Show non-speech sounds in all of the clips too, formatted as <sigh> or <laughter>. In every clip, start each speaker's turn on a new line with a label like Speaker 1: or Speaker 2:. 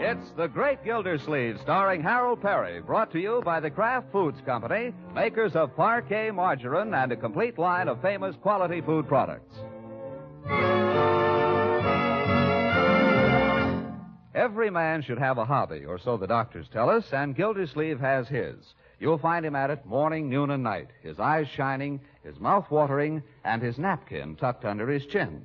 Speaker 1: It's The Great Gildersleeve, starring Harold Perry, brought to you by the Kraft Foods Company, makers of parquet margarine and a complete line of famous quality food products. Every man should have a hobby, or so the doctors tell us, and Gildersleeve has his. You'll find him at it morning, noon, and night, his eyes shining, his mouth watering, and his napkin tucked under his chin.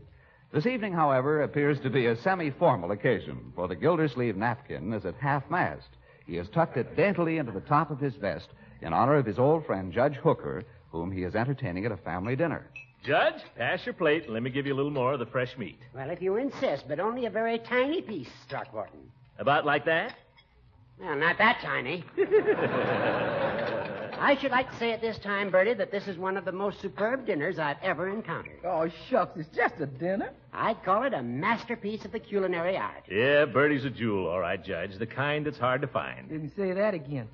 Speaker 1: This evening, however, appears to be a semi formal occasion, for the Gildersleeve napkin is at half mast. He has tucked it daintily into the top of his vest in honor of his old friend Judge Hooker, whom he is entertaining at a family dinner.
Speaker 2: <laughs> Judge, pass your plate and let me give you a little more of the fresh meat.
Speaker 3: Well, if you insist, but only a very tiny piece, Throckmorton.
Speaker 2: About like that?
Speaker 3: Well, not that tiny. I should like to say at this time, Bertie, that this is one of the most superb dinners I've ever encountered.
Speaker 4: Oh, shucks, it's just a dinner.
Speaker 3: I'd call it a masterpiece of the culinary art.
Speaker 2: Yeah, Bertie's a jewel, all right, Judge. The kind that's hard to find.
Speaker 4: Didn't say that again.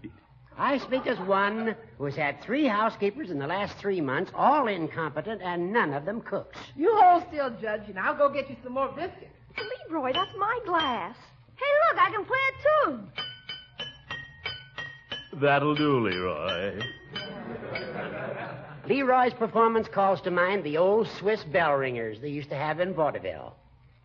Speaker 3: I speak as one who's had three housekeepers in the last three months, all incompetent, and none of them cooks.
Speaker 5: You hold still, Judge, and I'll go get you some more biscuits.
Speaker 6: Leroy, that's my glass. Hey, look, I can play a tune.
Speaker 2: That'll do, Leroy.
Speaker 3: Leroy's performance calls to mind the old Swiss bell ringers they used to have in vaudeville.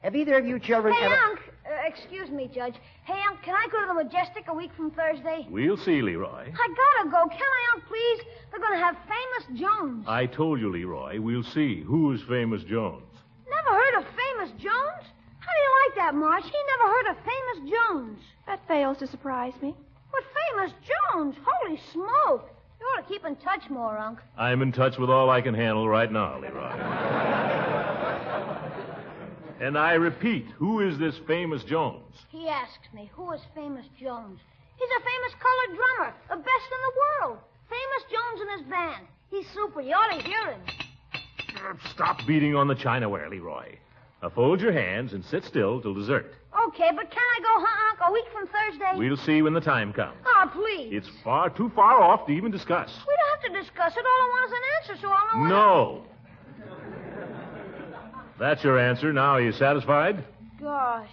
Speaker 3: Have either of you children
Speaker 6: Hey,
Speaker 3: ever.
Speaker 6: Unc. Uh, excuse me, Judge. Hey, Unc, can I go to the Majestic a week from Thursday?
Speaker 2: We'll see, Leroy.
Speaker 6: I gotta go. Can I, Unc, please? They're gonna have Famous Jones.
Speaker 2: I told you, Leroy, we'll see who's famous Jones.
Speaker 6: Never heard of Famous Jones? How do you like that, Marge? He never heard of Famous Jones.
Speaker 7: That fails to surprise me.
Speaker 6: But Famous Jones? Holy smoke! You ought to keep in touch more, Unc.
Speaker 2: I'm in touch with all I can handle right now, <laughs> Leroy. and I repeat, who is this famous Jones?
Speaker 6: He asked me, who is Famous Jones? He's a famous colored drummer, the best in the world. Famous Jones and his band. He's super. You ought to hear him.
Speaker 2: Stop beating on the chinaware, Leroy. Now fold your hands and sit still till dessert.
Speaker 6: Okay, but can I go, huh, Unc, a week from Thursday?
Speaker 2: We'll see when the time comes.
Speaker 6: Oh, please.
Speaker 2: It's far too far off to even discuss.
Speaker 6: We don't have to discuss it. All I want is an answer, so I'll know what-
Speaker 2: No. That's your answer. Now, are you satisfied?
Speaker 6: Gosh.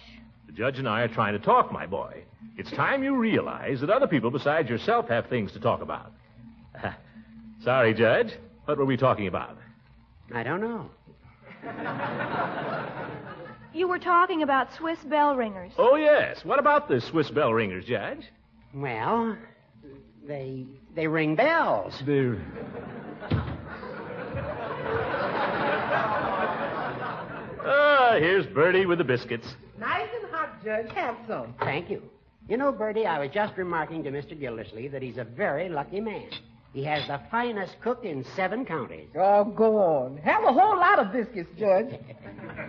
Speaker 2: The judge and I are trying to talk, my boy. It's time you realize that other people besides yourself have things to talk about. <laughs> Sorry, Judge. What were we talking about?
Speaker 3: I don't know.
Speaker 7: You were talking about Swiss bell ringers.
Speaker 2: Oh, yes. What about the Swiss bell ringers, Judge?
Speaker 3: Well, they they ring bells.
Speaker 2: The... Ah, here's Bertie with the biscuits.
Speaker 4: Nice and hot, Judge. Have some.
Speaker 3: Thank you. You know, Bertie, I was just remarking to Mr. Gildersleeve that he's a very lucky man. He has the finest cook in seven counties.
Speaker 4: Oh, go on. Have a whole lot of biscuits, Judge.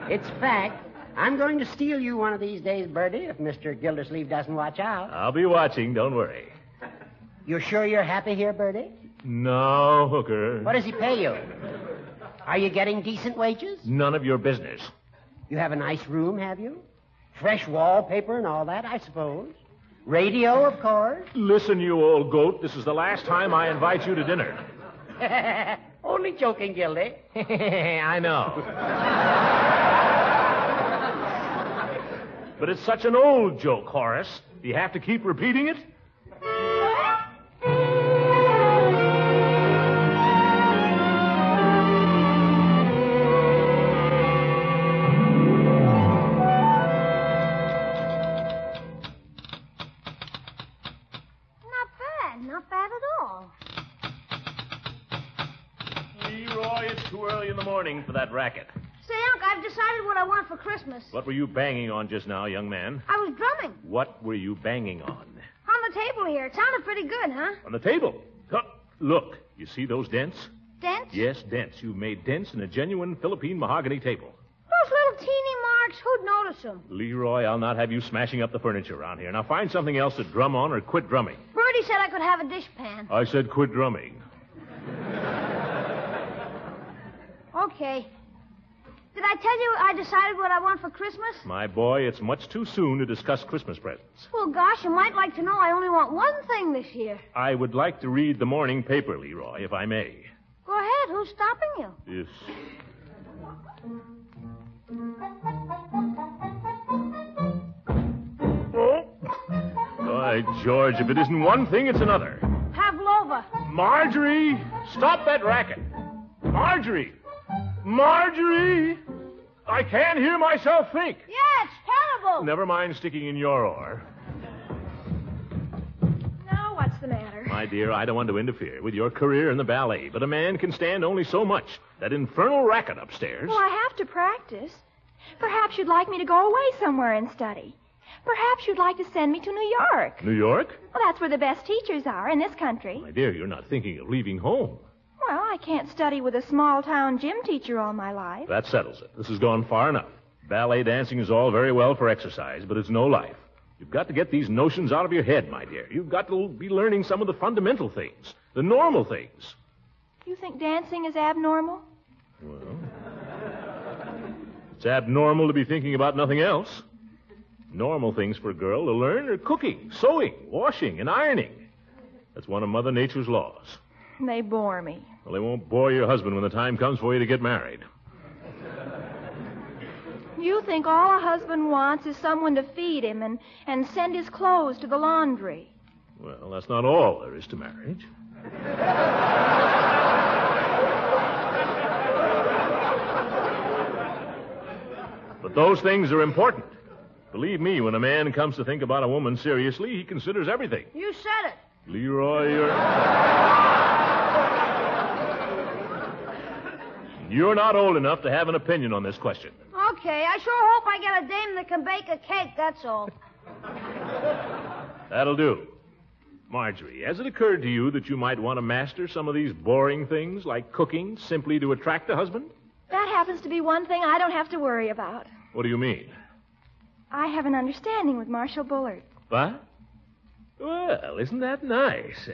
Speaker 3: It's fact. I'm going to steal you one of these days, Bertie, if Mr. Gildersleeve doesn't watch out.
Speaker 2: I'll be watching, don't worry.
Speaker 3: You sure you're happy here, Bertie?
Speaker 2: No, Hooker.
Speaker 3: What does he pay you? Are you getting decent wages?
Speaker 2: None of your business.
Speaker 3: You have a nice room, have you? Fresh wallpaper and all that, I suppose. Radio, of course.
Speaker 2: Listen, you old goat, this is the last time I invite you to dinner.
Speaker 3: <laughs> Only joking, Gildy.
Speaker 2: I know. <laughs> but it's such an old joke, Horace. Do you have to keep repeating it?
Speaker 6: Not bad. Not bad at all.
Speaker 2: Leroy, it's too early in the morning for that racket.
Speaker 6: Say, Unc, I've decided what I want for Christmas.
Speaker 2: What were you banging on just now, young man?
Speaker 6: I was drumming
Speaker 2: What were you banging on?
Speaker 6: on the table here. It sounded pretty good, huh?
Speaker 2: On the table. Look, look. You see those dents?
Speaker 6: Dents?
Speaker 2: Yes, dents. You've made dents in a genuine Philippine mahogany table.
Speaker 6: Those little teeny marks, who'd notice them?
Speaker 2: Leroy, I'll not have you smashing up the furniture around here. Now find something else to drum on or quit drumming.
Speaker 6: Bertie said I could have a dishpan.
Speaker 2: I said quit drumming.
Speaker 6: Okay. Did I tell you I decided what I want for Christmas?
Speaker 2: My boy, it's much too soon to discuss Christmas presents.
Speaker 6: Well, gosh, you might like to know I only want one thing this year.
Speaker 2: I would like to read the morning paper, Leroy, if I may.
Speaker 6: Go ahead. Who's stopping you?
Speaker 2: Yes. Oh. By George, if it isn't one thing, it's another.
Speaker 6: Pavlova.
Speaker 2: Marjorie, stop that racket. Marjorie! Marjorie! I can't hear myself think.
Speaker 6: Yeah, it's terrible.
Speaker 2: Never mind sticking in your oar.
Speaker 8: Now what's the matter?
Speaker 2: My dear, I don't want to interfere with your career in the ballet, but a man can stand only so much. That infernal racket upstairs.
Speaker 8: Well, I have to practice. Perhaps you'd like me to go away somewhere and study. Perhaps you'd like to send me to New York.
Speaker 2: New York?
Speaker 8: Well, that's where the best teachers are in this country.
Speaker 2: My dear, you're not thinking of leaving home.
Speaker 8: Well, I can't study with a small town gym teacher all my life.
Speaker 2: That settles it. This has gone far enough. Ballet dancing is all very well for exercise, but it's no life. You've got to get these notions out of your head, my dear. You've got to be learning some of the fundamental things, the normal things.
Speaker 8: You think dancing is abnormal?
Speaker 2: It's abnormal to be thinking about nothing else. Normal things for a girl to learn are cooking, sewing, washing, and ironing. That's one of Mother Nature's laws.
Speaker 8: They bore me.
Speaker 2: Well, they won't bore your husband when the time comes for you to get married.
Speaker 8: You think all a husband wants is someone to feed him and, and send his clothes to the laundry.
Speaker 2: Well, that's not all there is to marriage. but those things are important. Believe me, when a man comes to think about a woman seriously, he considers everything.
Speaker 6: You said it.
Speaker 2: Leroy, you're. You're not old enough to have an opinion on this question.
Speaker 6: Okay, I sure hope I get a dame that can bake a cake, that's all.
Speaker 2: That'll do. Marjorie, has it occurred to you that you might want to master some of these boring things like cooking simply to attract a husband?
Speaker 8: That happens to be one thing I don't have to worry about.
Speaker 2: What do you mean?
Speaker 8: I have an understanding with Marshall Bullard.
Speaker 2: What? Well, isn't that nice?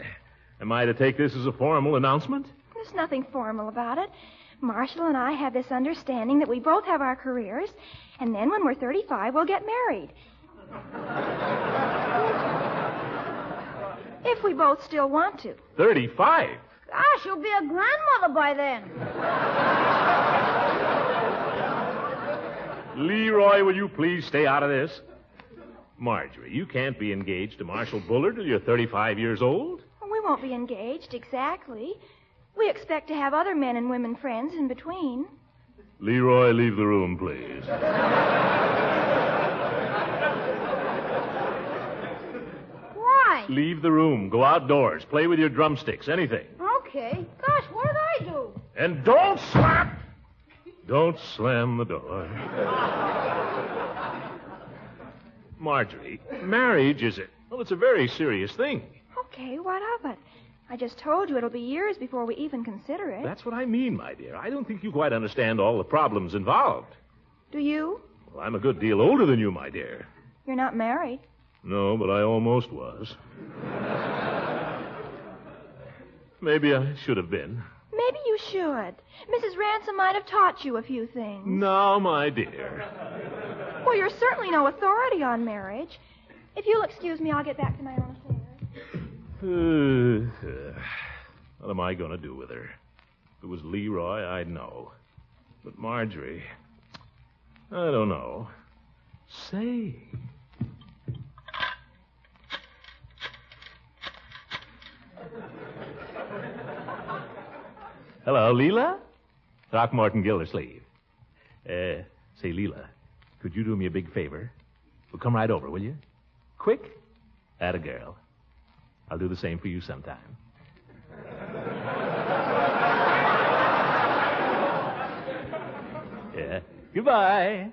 Speaker 2: Am I to take this as a formal announcement?
Speaker 8: There's nothing formal about it. Marshall and I have this understanding that we both have our careers, and then when we're 35, we'll get married. if we both still want to.
Speaker 2: 35.
Speaker 6: Gosh, you'll be a grandmother by then.
Speaker 2: Leroy, will you please stay out of this? Marjorie, you can't be engaged to Marshall Bullard till you're 35 years old.
Speaker 8: We won't be engaged, exactly. We expect to have other men and women friends in between.
Speaker 2: Leroy, leave the room, please.
Speaker 6: Why?
Speaker 2: Leave the room. Go outdoors. Play with your drumsticks. Anything.
Speaker 6: Okay. Gosh, what did I do?
Speaker 2: And don't slap! Don't slam the door. Marjorie, marriage is it? Well, it's a very serious thing.
Speaker 8: Okay, what of it? I just told you it'll be years before we even consider it.
Speaker 2: That's what I mean, my dear. I don't think you quite understand all the problems involved.
Speaker 8: Do you?
Speaker 2: Well, I'm a good deal older than you, my dear.
Speaker 8: You're not married.
Speaker 2: No, but I almost was. Maybe I should have been.
Speaker 8: Maybe you should. Mrs. Ransom might have taught you a few things.
Speaker 2: Now, my dear.
Speaker 8: Well, you're certainly no authority on marriage. If you'll excuse me, I'll get back to my own affairs.
Speaker 2: Uh, <sighs> what am I going to do with her? If it was Leroy, I'd know. But Marjorie, I don't know. Say. Hello, Leela? Throckmorton Gildersleeve. Uh, say, Leela, could you do me a big favor? Well, come right over, will you? Quick? At a girl. I'll do the same for you sometime. yeah. Goodbye.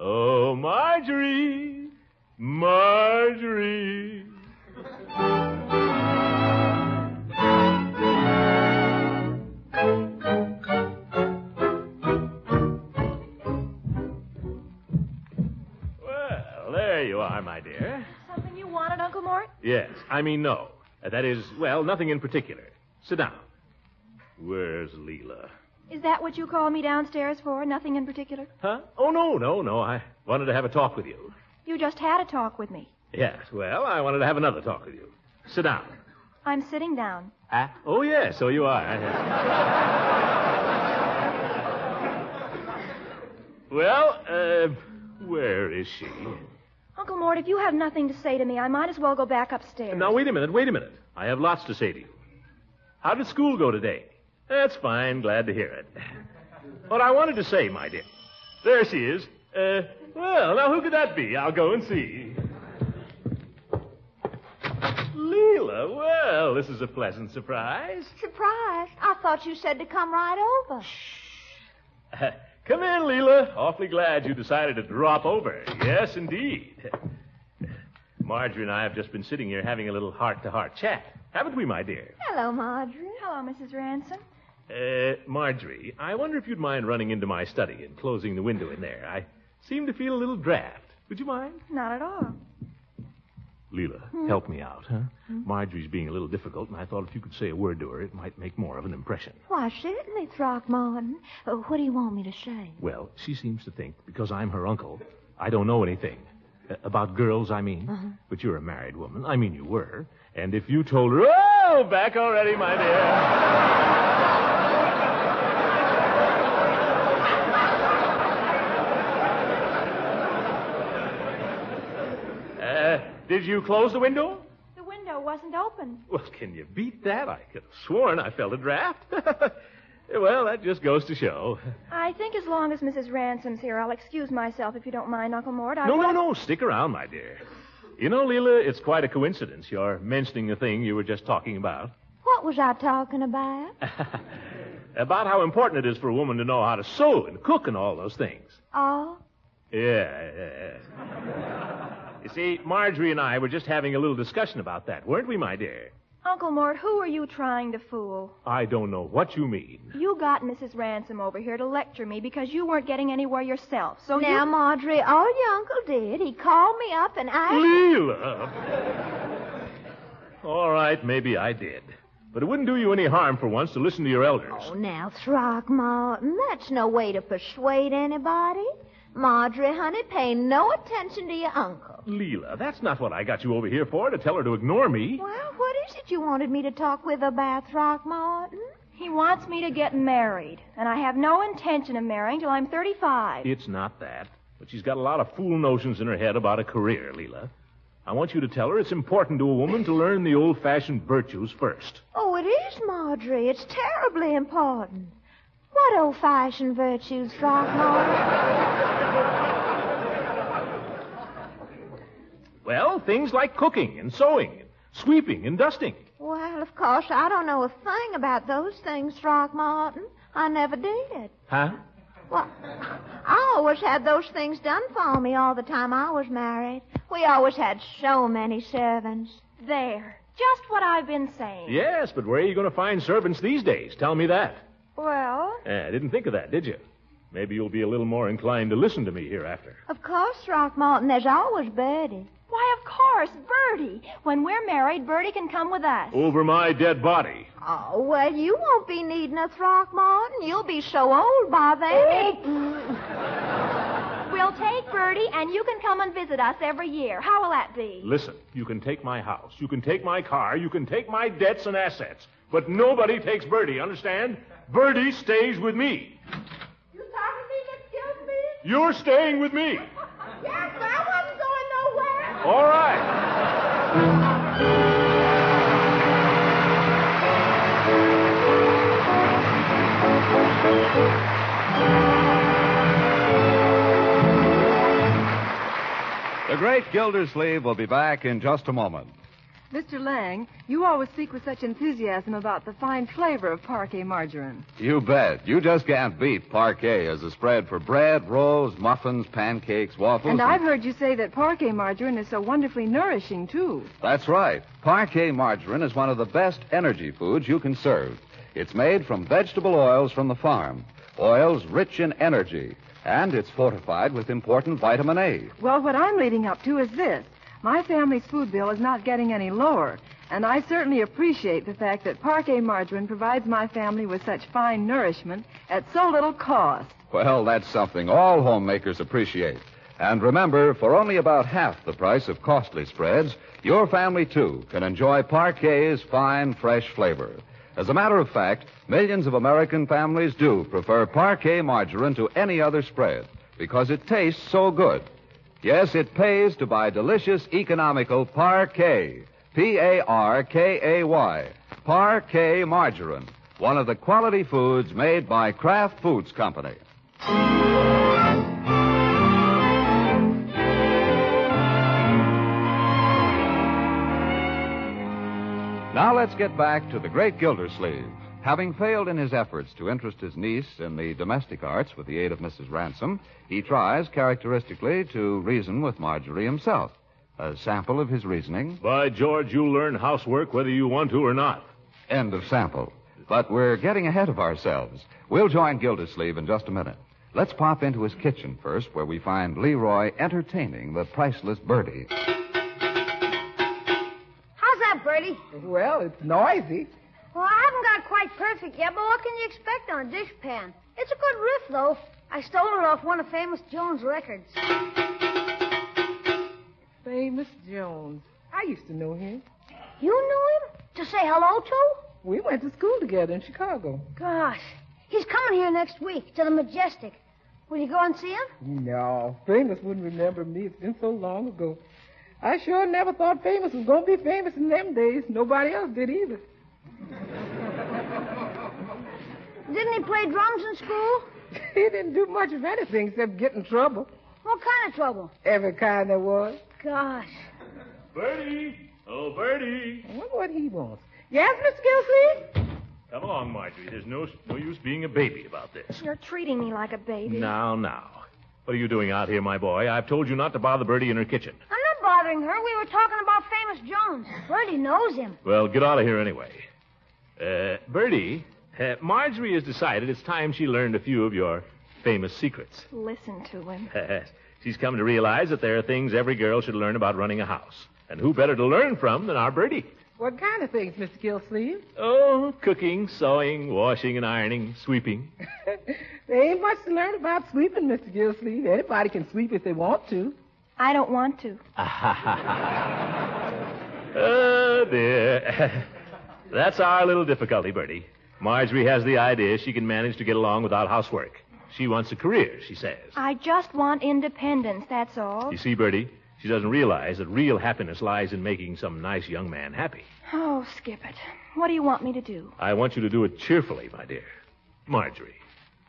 Speaker 2: Oh, Marjorie. Marjorie. Well, there you are, my dear.
Speaker 8: Something you wanted, Uncle Mort?
Speaker 2: Yes. I mean, no. Uh, That is, well, nothing in particular. Sit down. Where's Leela?
Speaker 8: Is that what you called me downstairs for? Nothing in particular?
Speaker 2: Huh? Oh, no, no, no. I wanted to have a talk with you.
Speaker 8: You just had a talk with me.
Speaker 2: Yes, well, I wanted to have another talk with you. Sit down.
Speaker 8: I'm sitting down.
Speaker 2: Ah? Oh, yes, so you are. well, uh, where is she?
Speaker 8: Uncle Mort, if you have nothing to say to me, I might as well go back upstairs.
Speaker 2: Now, wait a minute, wait a minute. I have lots to say to you. How did school go today? That's fine, glad to hear it. <laughs> What I wanted to say, my dear. There she is. Uh, well, now who could that be? I'll go and see. Leela, well, this is a pleasant surprise. <laughs>
Speaker 9: Surprised? I thought you said to come right over.
Speaker 2: Come in, Leela. Awfully glad you decided to drop over. Yes, indeed. <laughs> Marjorie and I have just been sitting here having a little heart to heart chat, haven't we, my dear?
Speaker 8: Hello, Marjorie. Hello, Mrs. Ransom.
Speaker 2: Uh, Marjorie, I wonder if you'd mind running into my study and closing the window in there. I seem to feel a little draft. Would you mind?
Speaker 8: Not at all.
Speaker 2: Leela, help me out, huh? Marjorie's being a little difficult, and I thought if you could say a word to her, it might make more of an impression.
Speaker 9: Why, certainly, Throckmorton. Uh, what do you want me to say?
Speaker 2: Well, she seems to think because I'm her uncle, I don't know anything. Uh, about girls, I mean. But you're a married woman. I mean, you were. And if you told her, oh, back already, my dear. Uh, Did you close the window?
Speaker 8: The window wasn't open.
Speaker 2: Well, can you beat that? I could have sworn I felt a draft. <laughs> well, that just goes to show.
Speaker 8: I think as long as Mrs. Ransom's here, I'll excuse myself if you don't mind, Uncle Mort. I
Speaker 2: No,
Speaker 8: was...
Speaker 2: no, no. Stick around, my dear. You know, Leela, it's quite a coincidence you're mentioning the thing you were just talking about.
Speaker 9: What was I talking about?
Speaker 2: About how important it is for a woman to know how to sew and cook and all those things.
Speaker 9: oh,
Speaker 2: Yeah, yeah, yeah. You see, Marjorie and I were just having a little discussion about that, weren't we, my dear?
Speaker 8: Uncle Mort, who are you trying to fool?
Speaker 2: I don't know what you mean.
Speaker 8: You got Mrs. Ransom over here to lecture me because you weren't getting anywhere yourself. So you-
Speaker 9: now, Marjorie, all your uncle did, he called me up and I.
Speaker 2: Leela! All right, maybe I did. But it wouldn't do you any harm for once to listen to your elders.
Speaker 9: Oh, now, Throckmorton, that's no way to persuade anybody. Marjorie, honey, pay no attention to your uncle.
Speaker 2: Leela, that's not what I got you over here for, to tell her to ignore me.
Speaker 9: Well, what is it you wanted me to talk with about, Throckmorton?
Speaker 8: he wants me to get married, and I have no intention of marrying till I'm 35.
Speaker 2: It's not that. But she's got a lot of fool notions in her head about a career, Leela. I want you to tell her it's important to a woman to learn the old fashioned virtues first.
Speaker 9: Oh, it is, Marjorie. It's terribly important. What old fashioned virtues, Throckmorton?
Speaker 2: Well, things like cooking and sewing and sweeping and dusting.
Speaker 9: well, of course, I don't know a thing about those things, Throckmorton. I never did.
Speaker 2: Huh?
Speaker 9: Well, I always had those things done for me all the time I was married. We always had so many servants.
Speaker 8: There. Just what I've been saying.
Speaker 2: Yes, but where are you going to find servants these days? Tell me that.
Speaker 8: Well,
Speaker 2: Eh, I didn't think of that, did you? Maybe you'll be a little more inclined to listen to me hereafter.
Speaker 9: Of course, Throckmorton, there's always Bertie.
Speaker 8: why, of course, Bertie. When we're married, Bertie can come with us.
Speaker 2: Over my dead body.
Speaker 9: Oh, well, you won't be needing a Throckmorton. You'll be so old by then.
Speaker 8: <laughs> We'll take Bertie, and you can come and visit us every year. How will that be?
Speaker 2: Listen, you can take my house, you can take my car, you can take my debts and assets, but nobody takes Bertie, understand? Bertie stays with me.
Speaker 5: You talking to me? Excuse me?
Speaker 2: You're staying with me.
Speaker 5: Yes, I wasn't going nowhere.
Speaker 2: All right.
Speaker 1: The great Gildersleeve will be back in just a moment.
Speaker 10: Mr. Lang, you always speak with such enthusiasm about the fine flavor of parquet margarine.
Speaker 1: You bet. You just can't beat parquet as a spread for bread, rolls, muffins, pancakes, waffles.
Speaker 10: And I've heard you say that parquet margarine is so wonderfully nourishing, too.
Speaker 1: That's right. Parquet margarine is one of the best energy foods you can serve. It's made from vegetable oils from the farm, oils rich in energy, and it's fortified with important vitamin A.
Speaker 10: Well, what I'm leading up to is this. My family's food bill is not getting any lower, And I certainly appreciate the fact that Parquet Margarine provides my family with such fine nourishment at so little cost.
Speaker 1: Well, that's something all homemakers appreciate. And remember, for only about half the price of costly spreads, your family too can enjoy Parquet's fine, fresh flavor. As a matter of fact, millions of American families do prefer Parquet margarine to any other spread because it tastes so good. Yes, it pays to buy delicious, economical Parquet. P A R K A Y. Parquet margarine, one of the quality foods made by Kraft Foods Company. Now let's get back to the great Gildersleeve. Having failed in his efforts to interest his niece in the domestic arts with the aid of Mrs. Ransom, he tries, characteristically, to reason with Marjorie himself. A sample of his reasoning,
Speaker 2: By George, you learn housework whether you want to or not.
Speaker 1: end of sample. But we're getting ahead of ourselves. We'll join Gildersleeve in just a minute. Let's pop into his kitchen first, where we find Leroy entertaining the priceless birdie.
Speaker 6: How's that, Bertie?
Speaker 5: Well, it's noisy.
Speaker 6: Well, I haven't got quite perfect yet, but what can you expect on a dishpan? It's a good riff, though. I stole it off one of Famous Jones' records.
Speaker 5: Famous Jones. I used to know him.
Speaker 6: You knew him? To say hello to?
Speaker 5: We went to school together in Chicago.
Speaker 6: Gosh. He's coming here next week to the Majestic. Will you go and see him?
Speaker 5: No, Famous wouldn't remember me. It's been so long ago. I sure never thought Famous was going to be famous in them days. Nobody else did either. <laughs>
Speaker 6: Didn't he play drums in school?
Speaker 5: He didn't do much of anything except get in trouble.
Speaker 6: What kind of trouble?
Speaker 5: Every kind there was.
Speaker 6: Gosh.
Speaker 2: Bertie! Oh, Bertie!
Speaker 5: I wonder what he wants. Yes, Mr. Gilsey?
Speaker 2: Come along, Marjorie. There's no, no use being a baby about this.
Speaker 8: You're treating me like a baby.
Speaker 2: Now, now. What are you doing out here, my boy? I've told you not to bother Bertie in her kitchen.
Speaker 6: I'm not bothering her. We were talking about Famous Jones. Bertie knows him.
Speaker 2: Well, get out of here anyway. Uh, Bertie, uh, Marjorie has decided it's time she learned a few of your famous secrets.
Speaker 8: Listen to him.
Speaker 2: Uh, She's come to realize that there are things every girl should learn about running a house. And who better to learn from than our Bertie?
Speaker 5: What kind of things, Mr. Gilsleeve?
Speaker 2: Oh, cooking, sewing, washing and ironing, <laughs> sweeping.
Speaker 5: There ain't much to learn about sweeping, Mr. Gilsleeve. Anybody can sweep if they want to.
Speaker 8: I don't want to.
Speaker 2: Oh, dear. <laughs> That's our little difficulty, Bertie. Marjorie has the idea she can manage to get along without housework. She wants a career, she says.
Speaker 8: I just want independence, that's all.
Speaker 2: You see, Bertie, she doesn't realize that real happiness lies in making some nice young man happy.
Speaker 8: Oh, skip it. What do you want me to do?
Speaker 2: I want you to do it cheerfully, my dear. Marjorie,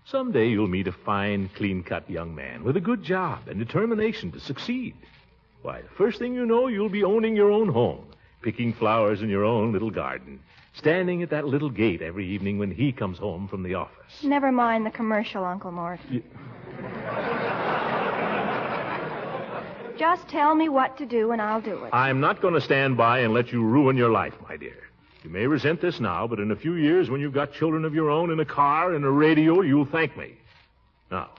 Speaker 2: someday you'll meet a fine, clean cut young man with a good job and determination to succeed. Why, the first thing you know, you'll be owning your own home, picking flowers in your own little garden, standing at that little gate every evening when he comes home from the office.
Speaker 8: Never mind the commercial, Uncle Mort. Just tell me what to do and I'll do it.
Speaker 2: I'm not going to stand by and let you ruin your life, my dear. You may resent this now, but in a few years, when you've got children of your own and a car and a radio, you'll thank me. Now,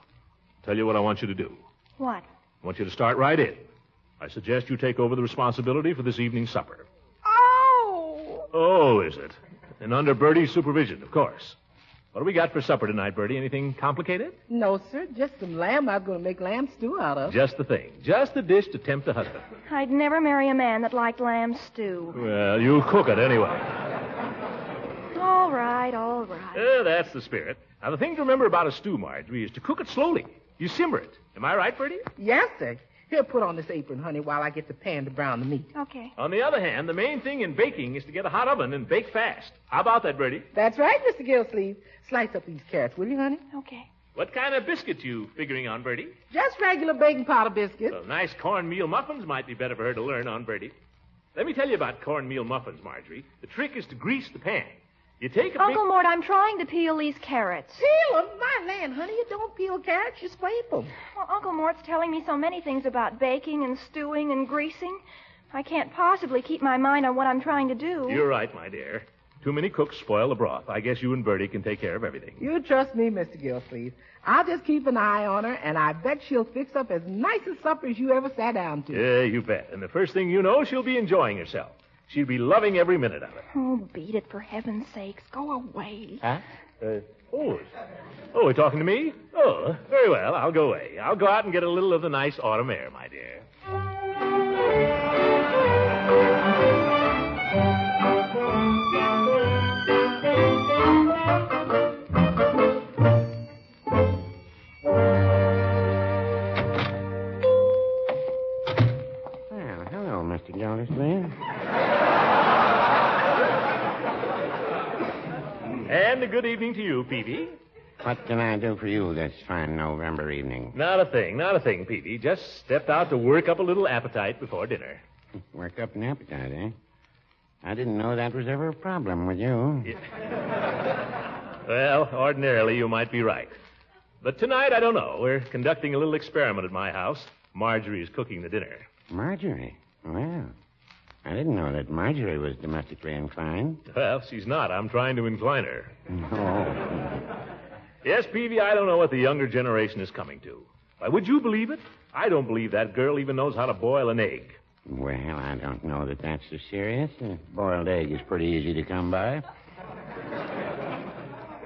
Speaker 2: tell you what I want you to do.
Speaker 8: What?
Speaker 2: I want you to start right in. I suggest you take over the responsibility for this evening's supper.
Speaker 5: Oh!
Speaker 2: Oh, is it? And under Bertie's supervision, of course. What do we got for supper tonight, Bertie? Anything complicated?
Speaker 5: No, Oh, sir. Just some lamb I was going to make lamb stew out of.
Speaker 2: Just the thing. Just the dish to tempt the husband.
Speaker 8: I'd never marry a man that liked lamb stew.
Speaker 2: Well, you cook it anyway.
Speaker 8: All right, all right.
Speaker 2: Eh, that's the spirit. Now, the thing to remember about a stew, Marjorie, is to cook it slowly. You simmer it. Am I right, Bertie?
Speaker 5: Yes, sir. Here, put on this apron, honey, while I get the pan to brown the meat.
Speaker 8: Okay.
Speaker 2: On the other hand, the main thing in baking is to get a hot oven and bake fast. How about that, Bertie?
Speaker 5: That's right, Mr. Gilsleeve. Slice up these carrots, will you, honey?
Speaker 8: Okay.
Speaker 2: What kind of biscuits you figuring on, Bertie?
Speaker 5: Just regular baking powder biscuits.
Speaker 2: Well, nice cornmeal muffins might be better for her to learn on, Bertie. Let me tell you about cornmeal muffins, Marjorie. The trick is to grease the pan. You take a
Speaker 8: Uncle Mort, I'm trying to peel these carrots.
Speaker 5: Peel 'em? My land, honey, you don't peel carrots, you scrape 'em.
Speaker 8: Well, Uncle Mort's telling me so many things about baking and stewing and greasing. I can't possibly keep my mind on what I'm trying to do.
Speaker 2: big... You're right, my dear. Too many cooks spoil the broth. I guess you and Bertie can take care of everything.
Speaker 11: <laughs>
Speaker 5: You trust me, Mr. Gilsleeve. I'll just keep an eye on her, and I bet she'll fix up as nice a supper as you ever sat down to.
Speaker 2: Yeah, you bet. And the first thing you know, she'll be enjoying herself. She'd be loving every minute of it.
Speaker 8: Oh, beat it, for heaven's sakes. Go away.
Speaker 2: Huh? Uh, oh, oh, you're talking to me? Oh, very well. I'll go away. I'll go out and get a little of the nice autumn air, my dear.
Speaker 11: Well, hello, Mr. Gildersleeve.
Speaker 2: And a good evening to you, Peavy.
Speaker 11: What can I do for you this fine November evening?
Speaker 2: Not a thing, not a thing, Peavy. Just stepped out to work up a little appetite before dinner.
Speaker 11: Work up an appetite, eh? I didn't know that was ever a problem with you.
Speaker 2: Well, ordinarily you might be right. But tonight, I don't know. We're conducting a little experiment at my house. Marjorie's cooking the dinner.
Speaker 11: Marjorie. Well, I didn't know that Marjorie was domestically inclined.
Speaker 2: Well, she's not. I'm trying to incline her.
Speaker 11: No.
Speaker 2: <laughs> Yes, Peavy, I don't know what the younger generation is coming to. Why, would you believe it? I don't believe that girl even knows how to boil an egg.
Speaker 11: Well, I don't know that that's so serious. A boiled egg is pretty easy to come by.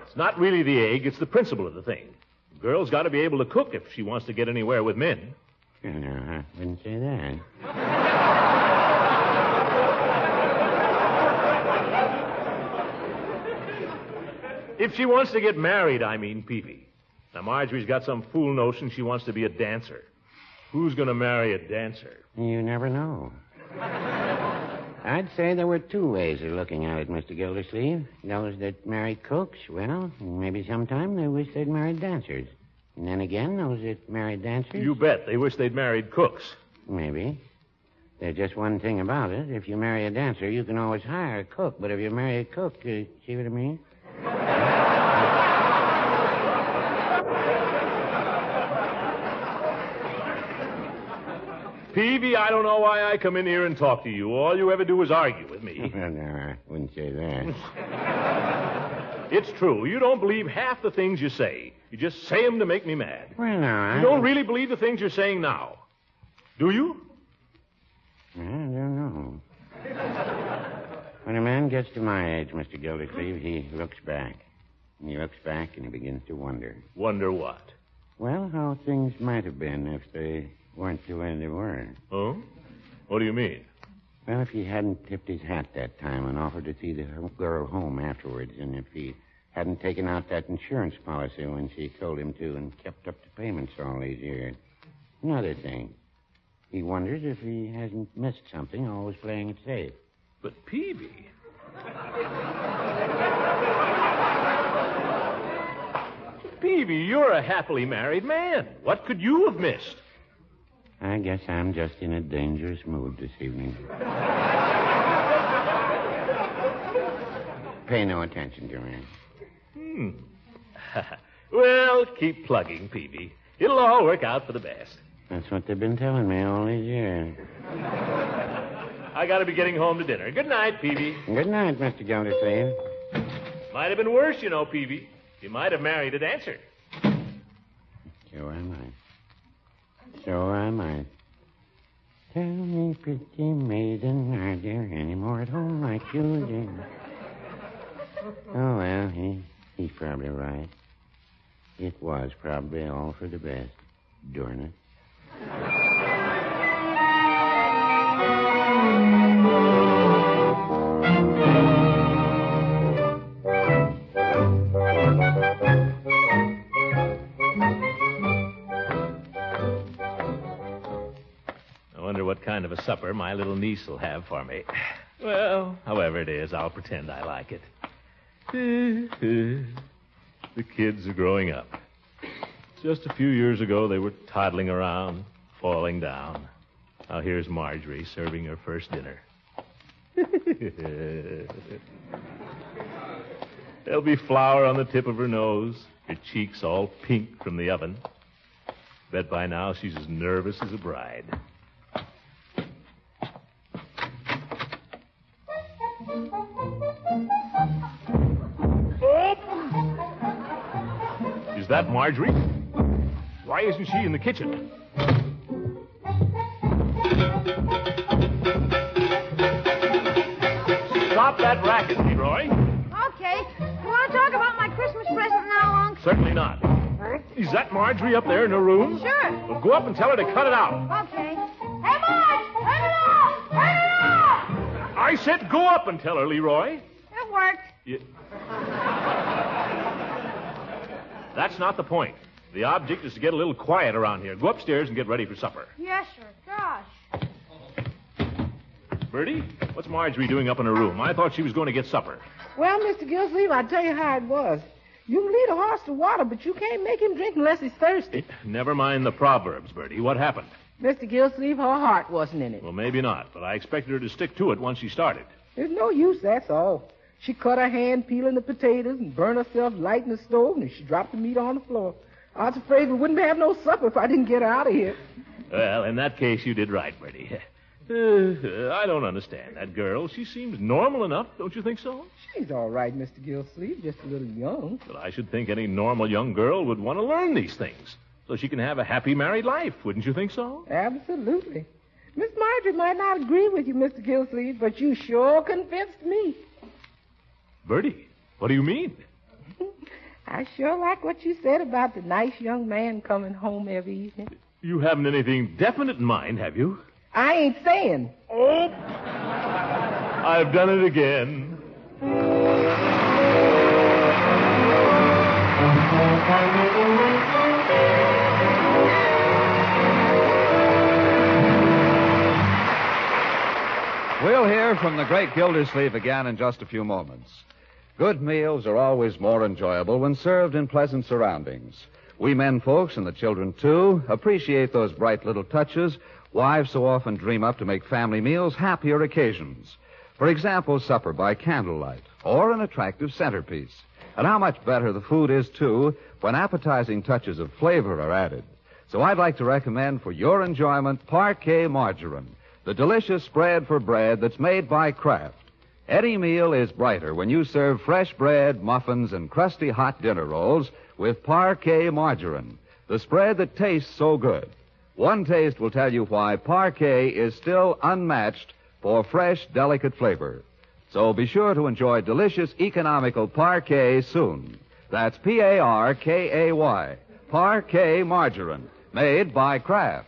Speaker 2: It's not really the egg, it's the principle of the thing. A girl's got to be able to cook if she wants to get anywhere with men.
Speaker 11: You know, I wouldn't say that.
Speaker 2: If she wants to get married, I mean, Peavy. Now, Marjorie's got some fool notion she wants to be a dancer. Who's going to marry a dancer?
Speaker 11: You never know. I'd say there were two ways of looking at it, Mr. Gildersleeve. Those that marry cooks, well, maybe sometime they wish they'd married dancers. And then again, those that married dancers,
Speaker 2: You bet they wish they'd married cooks.
Speaker 11: maybe. There's just one thing about it. If you marry a dancer, you can always hire a cook. But if you marry a cook, uh, see what I
Speaker 2: <laughs>
Speaker 11: mean?
Speaker 2: Peavy, I don't know why I come in here and talk to you. All you ever do is argue with <laughs> me.
Speaker 11: Well, no, I wouldn't say that.
Speaker 2: It's true. You don't believe half the things you say. You just say 'em to make me mad.
Speaker 11: Well, no, I
Speaker 2: You don't really believe the things you're saying now. Do you?
Speaker 11: I don't know. when a man gets to my age, Mr. Gildersleeve, he looks back. And he looks back and he begins to wonder.
Speaker 2: Wonder what?
Speaker 11: Well, how things might have been if they weren't the way they were.
Speaker 2: Huh? What do you mean?
Speaker 11: Well, if he hadn't tipped his hat that time and offered to see the ho- girl home afterwards, and if he hadn't taken out that insurance policy when she told him to and kept up the payments all these years. Another thing. He wonders if he hasn't missed something, always playing it safe.
Speaker 2: But Peavy. Peavy, you're a happily married man. What could you have missed?
Speaker 11: I guess I'm just in a dangerous mood this evening. Pay no attention to me.
Speaker 2: Well, keep plugging, Peavy. It'll all work out for the best.
Speaker 11: That's what they've been telling me all these years.
Speaker 2: I gotta be getting home to dinner. Good night, Peavy.
Speaker 11: Good night, Mr. Gildersleeve.
Speaker 2: Might have been worse, you know, Peavy. You might have married a dancer.
Speaker 11: So I might. So I might. Tell me, pretty maiden, are there any more at home like you do? Oh, well, he, he's probably right. It was probably all for the best, darn it.
Speaker 2: I wonder what kind of a supper my little niece will have for me. Well, however it is, I'll pretend I like it. Uh, the kids are growing up. Just a few years ago, they were toddling around, falling down. Now here's Marjorie serving her first dinner. <laughs> There'll be flour on the tip of her nose, her cheeks all pink from the oven. Bet by now she's as nervous as a bride. Is that Marjorie? Why isn't she in the kitchen? Stop that racket, Leroy.
Speaker 6: Okay. You want to talk about my Christmas present now, Unc?
Speaker 2: Certainly not. Is that Marjorie up there in her room?
Speaker 6: Sure.
Speaker 2: Well, go up and tell her to cut it out.
Speaker 6: Okay. Hey, Marge! Turn it off! Turn it off!
Speaker 2: I said go up and tell her, Leroy.
Speaker 6: It worked.
Speaker 2: You- That's not the point. The object is to get a little quiet around here. Go upstairs and get ready for supper.
Speaker 6: Yes, sir. Gosh.
Speaker 2: Bertie, what's Marjorie doing up in her room? I thought she was going to get supper.
Speaker 5: Well, Mr. Gillsleeve, I tell you how it was. You can lead a horse to water, but you can't make him drink unless he's thirsty.
Speaker 2: Never mind the proverbs, Bertie. What happened?
Speaker 5: Mr. Gillsleeve, her heart wasn't in it.
Speaker 2: Well, maybe not, but I expected her to stick to it once she started.
Speaker 5: There's no use, that's all. She cut her hand peeling the potatoes and burned herself lighting the stove, and she dropped the meat on the floor. I was afraid we wouldn't have no supper if I didn't get her out of here.
Speaker 2: Well, in that case, you did right, Bertie. <laughs> Uh, I don't understand that girl. She seems normal enough, don't you think so?
Speaker 5: She's all right, Mr. Gillsleeve, just a little young.
Speaker 2: But I should think any normal young girl would want to learn these things so she can have a happy married life, wouldn't you think so?
Speaker 5: Absolutely. Miss Marjorie might not agree with you, Mr. Gillsleeve, but you sure convinced me.
Speaker 2: Bertie, what do you mean?
Speaker 5: I sure like what you said about the nice young man coming home every evening.
Speaker 2: You haven't anything definite in mind, have you?
Speaker 5: I ain't saying.
Speaker 2: Oh! I've done it again.
Speaker 1: We'll hear from the great Gildersleeve again in just a few moments. Good meals are always more enjoyable when served in pleasant surroundings. We men folks, and the children too, appreciate those bright little touches wives so often dream up to make family meals happier occasions. For example, supper by candlelight or an attractive centerpiece. And how much better the food is too when appetizing touches of flavor are added. So I'd like to recommend for your enjoyment Parquet Margarine, the delicious spread for bread that's made by Kraft. Any meal is brighter when you serve fresh bread, muffins, and crusty hot dinner rolls with Parquet Margarine, the spread that tastes so good. One taste will tell you why Parquet is still unmatched for fresh, delicate flavor. So be sure to enjoy delicious, economical Parquet soon. That's P A R K A Y, Parquet Margarine, made by Kraft.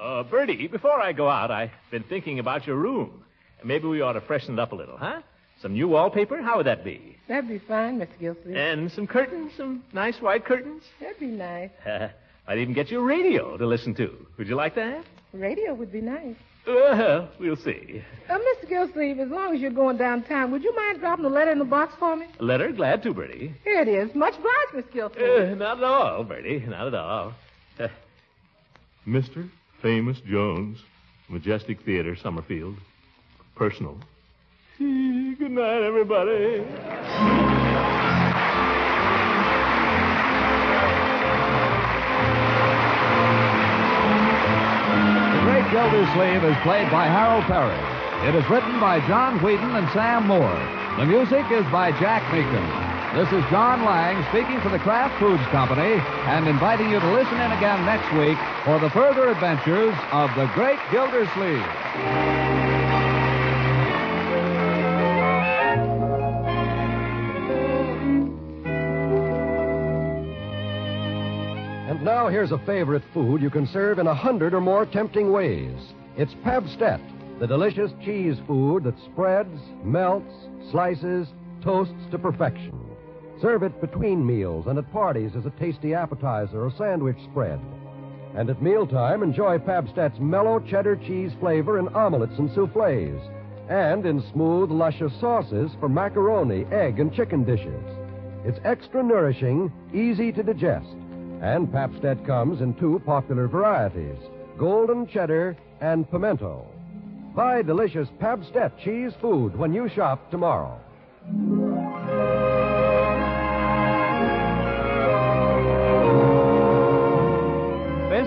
Speaker 2: Uh, Bertie, before I go out, I've been thinking about your room. Maybe we ought to freshen it up a little, huh? Some new wallpaper? How would that be?
Speaker 5: That'd be fine, Mr. Gillsleeve.
Speaker 2: And some curtains, some nice white curtains. <laughs>
Speaker 5: That'd be nice.
Speaker 2: Uh, I'd even get you a radio to listen to. Would you like that?
Speaker 5: Radio would be nice.
Speaker 2: Well, we'll see.
Speaker 5: Uh, Mr. Gillsleeve, as long as you're going downtown, would you mind dropping a letter in the box for me?
Speaker 2: A letter? Glad to, Bertie.
Speaker 5: Here it is. Much obliged, Miss Gillsleeve.
Speaker 2: Uh, not at all, Bertie. Not at <laughs> all. Uh, Mr. Famous Jones, Majestic Theater, Summerfield. Personal. <laughs> Good night, everybody.
Speaker 1: The Great Gildersleeve is played by Harold Perry. It is written by John Wheaton and Sam Moore. The music is by Jack Meekin. This is John Lang speaking for the Kraft Foods Company and inviting you to listen in again next week for the further adventures of the Great Gildersleeve.
Speaker 12: And now here's a favorite food you can serve in a hundred or more tempting ways. It's Pabstet, the delicious cheese food that spreads, melts, slices, toasts to perfection. Serve it between meals and at parties as a tasty appetizer or sandwich spread. And at mealtime, enjoy Pabstet's mellow cheddar cheese flavor in omelets and souffles, and in smooth, luscious sauces for macaroni, egg, and chicken dishes. It's extra nourishing, easy to digest, and Pabstet comes in two popular varieties golden cheddar and pimento. Buy delicious Pabstet cheese food when you shop tomorrow.
Speaker 13: This